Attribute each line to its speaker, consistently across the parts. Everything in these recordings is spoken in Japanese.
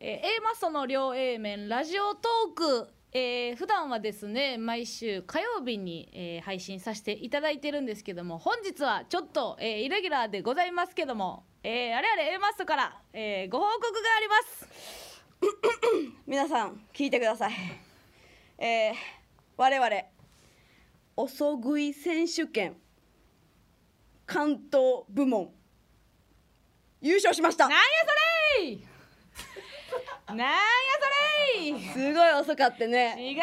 Speaker 1: えー A マッソの両 A 面ラジオトーク、えー普段はですね毎週火曜日に、えー配信させていただいてるんですけども本日はちょっと、えーイレギュラーでございますけども、えーあれあれ A マッソから、えーご報告があります
Speaker 2: 皆さん聞いてください えー、我々おそ食い選手権関東部門優勝しました
Speaker 1: なんやそれー なんやそれー
Speaker 2: すごい遅かってね
Speaker 1: 違う違う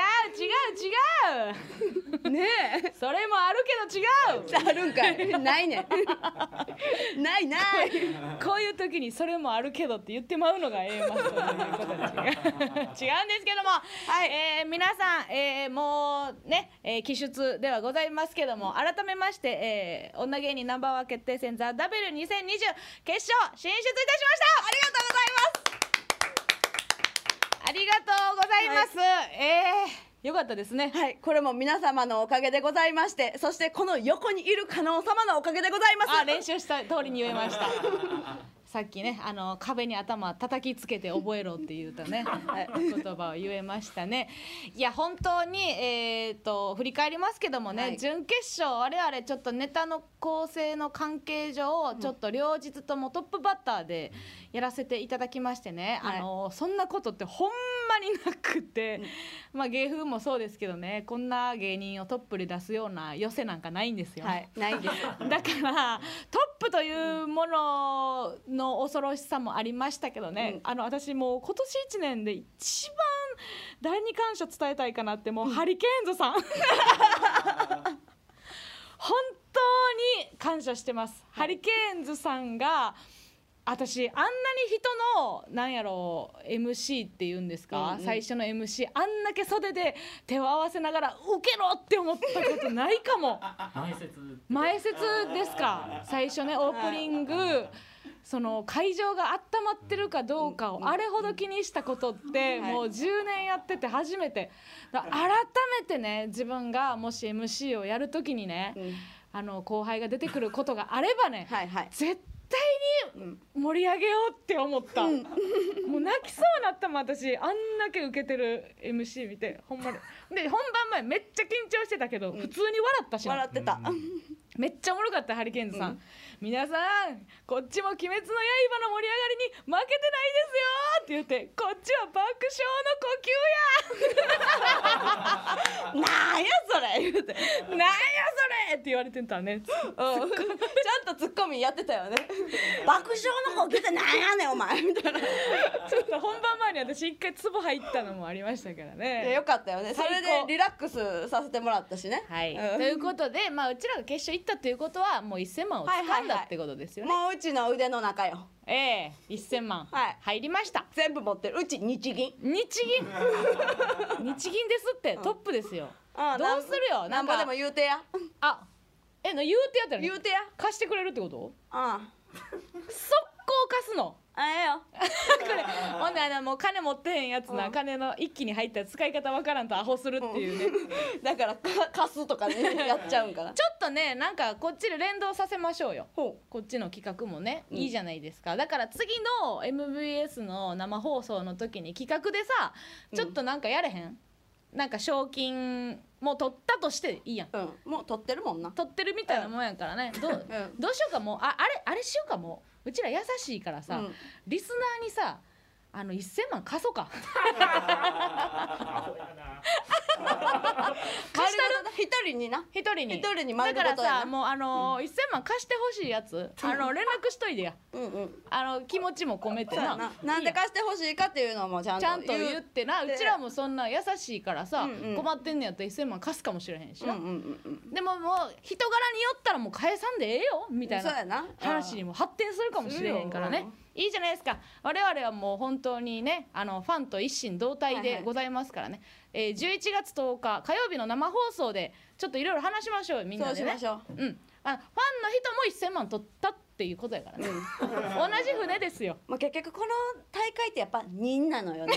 Speaker 1: 違う
Speaker 2: ね
Speaker 1: それもあるけど違う
Speaker 2: えあるんかいないねん ないない
Speaker 1: こういう時にそれもあるけどって言ってまうのが A マスということで違う違うんですけども、はいえー皆さん、えーもうね、えー、記述ではございますけども改めまして、えー女芸人ナンバーワン決定戦「ザ・ w 2 0 2 0決勝進出いたしましたありがとうございますありがとうございます、えーよかったですね
Speaker 2: はいこれも皆様のおかげでございましてそしてこの横にいる加納様のおかげでございます
Speaker 1: あ練習した通りに言えましたさっきねあの壁に頭叩きつけて覚えろって言うたね、 はい言葉を言えましたねいや本当にえー、と振り返りますけどもね、
Speaker 2: はい
Speaker 1: 準決勝我々ちょっとネタの構成の関係上ちょっと両日ともトップバッターでやらせていただきましてね、
Speaker 2: はい
Speaker 1: あのそんなことってほんまになくて、まあ芸風もそうですけどねこんな芸人をトップで出すような寄せなんかないんですよ。
Speaker 2: はいないです
Speaker 1: だからトップというものの恐ろしさもありましたけどね、
Speaker 2: うん
Speaker 1: あの私もう今年1年で一番誰に感謝伝えたいかなってもうハリケーンズ さん本当に感謝してます、ハリケーンズさんが私あんなに人のなんやろう MC っていうんですか、
Speaker 2: うんうん
Speaker 1: 最初の MC あんだけ袖で手を合わせながら「受けろ!」って思ったことないかも。
Speaker 3: 前説
Speaker 1: 前説ですか最初ねオープニング、その会場が温まってるかどうかをあれほど気にしたことって
Speaker 2: はい
Speaker 1: もう10年やってて初めてだ改めてね自分がもし MC をやるときにね、
Speaker 2: うん
Speaker 1: あの後輩が出てくることがあればね、
Speaker 2: はいはい
Speaker 1: 絶対に盛り上げようって思った、もう泣きそうになったもん私あんだけ受けてる MC 見てほんまにで本番前めっちゃ緊張してたけど普通に笑ったしな
Speaker 2: 笑ってた、
Speaker 1: めっちゃおもろかったハリケーンズさん、皆さんこっちも「鬼滅の刃」の盛り上がりに負けてないですよって言ってこっちは爆笑の呼吸
Speaker 2: なんやそれ言うて
Speaker 1: や なんやそれって言われてたね
Speaker 2: うんちゃんとツッコミやってたよね 爆笑の呼吸ってなんやねんお前み たいな
Speaker 1: ちょっと本番前に私一回ツボ入ったのもありましたから
Speaker 2: いや
Speaker 1: ね
Speaker 2: よかったよねそ
Speaker 1: 最高
Speaker 2: れでリラックスさせてもらったしね
Speaker 1: はい、
Speaker 2: うん
Speaker 1: ということで、まあ、うちらが決勝行ったということはもう1000万を掴んだってことですよね、
Speaker 2: もううちの腕の中よ
Speaker 1: ええ1000万
Speaker 2: はい
Speaker 1: 入りました、
Speaker 2: 全部持ってるうち日銀
Speaker 1: 日銀日銀ですってトップですよ、
Speaker 2: ああ
Speaker 1: どうするよ
Speaker 2: な
Speaker 1: なんん
Speaker 2: ぼ
Speaker 1: か
Speaker 2: でも言うて や
Speaker 1: あえな言うてやったら
Speaker 2: 言うてや
Speaker 1: 貸してくれるってこと
Speaker 2: うん
Speaker 1: 速攻貸す の
Speaker 2: あええよ
Speaker 1: これほんであのもう金持ってへんやつな、
Speaker 2: うん
Speaker 1: 金の一気に入ったら使い方わからんとアホするっていうね、 ちょ
Speaker 2: だからか貸すとかねやっちゃうんから
Speaker 1: っとねなんかこっちで連動させましょうよ
Speaker 2: ほ
Speaker 1: こっちの企画もね、
Speaker 2: うん
Speaker 1: いいじゃないですかだから次の MVS の生放送の時に企画でさちょっとなんかやれへん、なんか賞金も取ったとしていいやん
Speaker 2: ううんもう取ってるもんな
Speaker 1: 取ってるみたいなもんやからね、どう
Speaker 2: うん
Speaker 1: どうしようかもうああれあれしようかもううちら優しいからさ、
Speaker 2: うん
Speaker 1: リスナーにさあの1000万貸そうか貸
Speaker 2: 貸し
Speaker 1: したた
Speaker 2: る一人にな
Speaker 1: 一人に
Speaker 2: 一人に
Speaker 1: だ
Speaker 2: 丸ご
Speaker 1: か
Speaker 2: とや
Speaker 1: ら
Speaker 2: な
Speaker 1: さもうあのー1000万貸してほしいやつあの連絡しといてや
Speaker 2: うんうん
Speaker 1: あの気持ちも込めて
Speaker 2: そうや
Speaker 1: な
Speaker 2: ななんで貸してほしいかっていうのもちゃん
Speaker 1: いい
Speaker 2: と
Speaker 1: やんちゃんと言ってなう
Speaker 2: 言う
Speaker 1: ちらもそんな優しいからさ、
Speaker 2: うんうん
Speaker 1: 困ってんねやったら1000万貸すかもしれへんし
Speaker 2: うんう
Speaker 1: な、
Speaker 2: んうん
Speaker 1: でももう人柄によったらもう返さんでええよみたい
Speaker 2: そう
Speaker 1: な
Speaker 2: やな
Speaker 1: 話にも発展するかもしれへんから
Speaker 2: する
Speaker 1: ね
Speaker 2: よ
Speaker 1: いいじゃないですか我々はもう本当にねあのファンと一心同体
Speaker 2: はいは
Speaker 1: で
Speaker 2: い
Speaker 1: ございますからね、えー11月10日火曜日の生放送でちょっといろいろ話しましょうよみん
Speaker 2: そ
Speaker 1: な
Speaker 2: う
Speaker 1: で
Speaker 2: し
Speaker 1: ね
Speaker 2: ましょう
Speaker 1: うん、あファンの人も1000万取ったってっていうことや からね。同じ船ですよ。
Speaker 2: まあ、結局この大会ってやっぱ人なの よね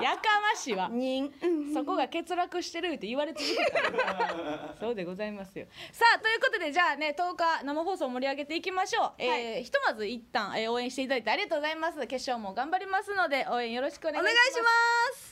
Speaker 1: やかましいわ。
Speaker 2: 人、うん
Speaker 1: そこが欠落してるって言われ続けた から。そうでございますよ。さあということでじゃあね10日生放送盛り上げていきましょう。えーひとまず一旦、えー応援していただいてありがとうございます。決勝も頑張りますので応援よろしくお願いします。
Speaker 2: お願いします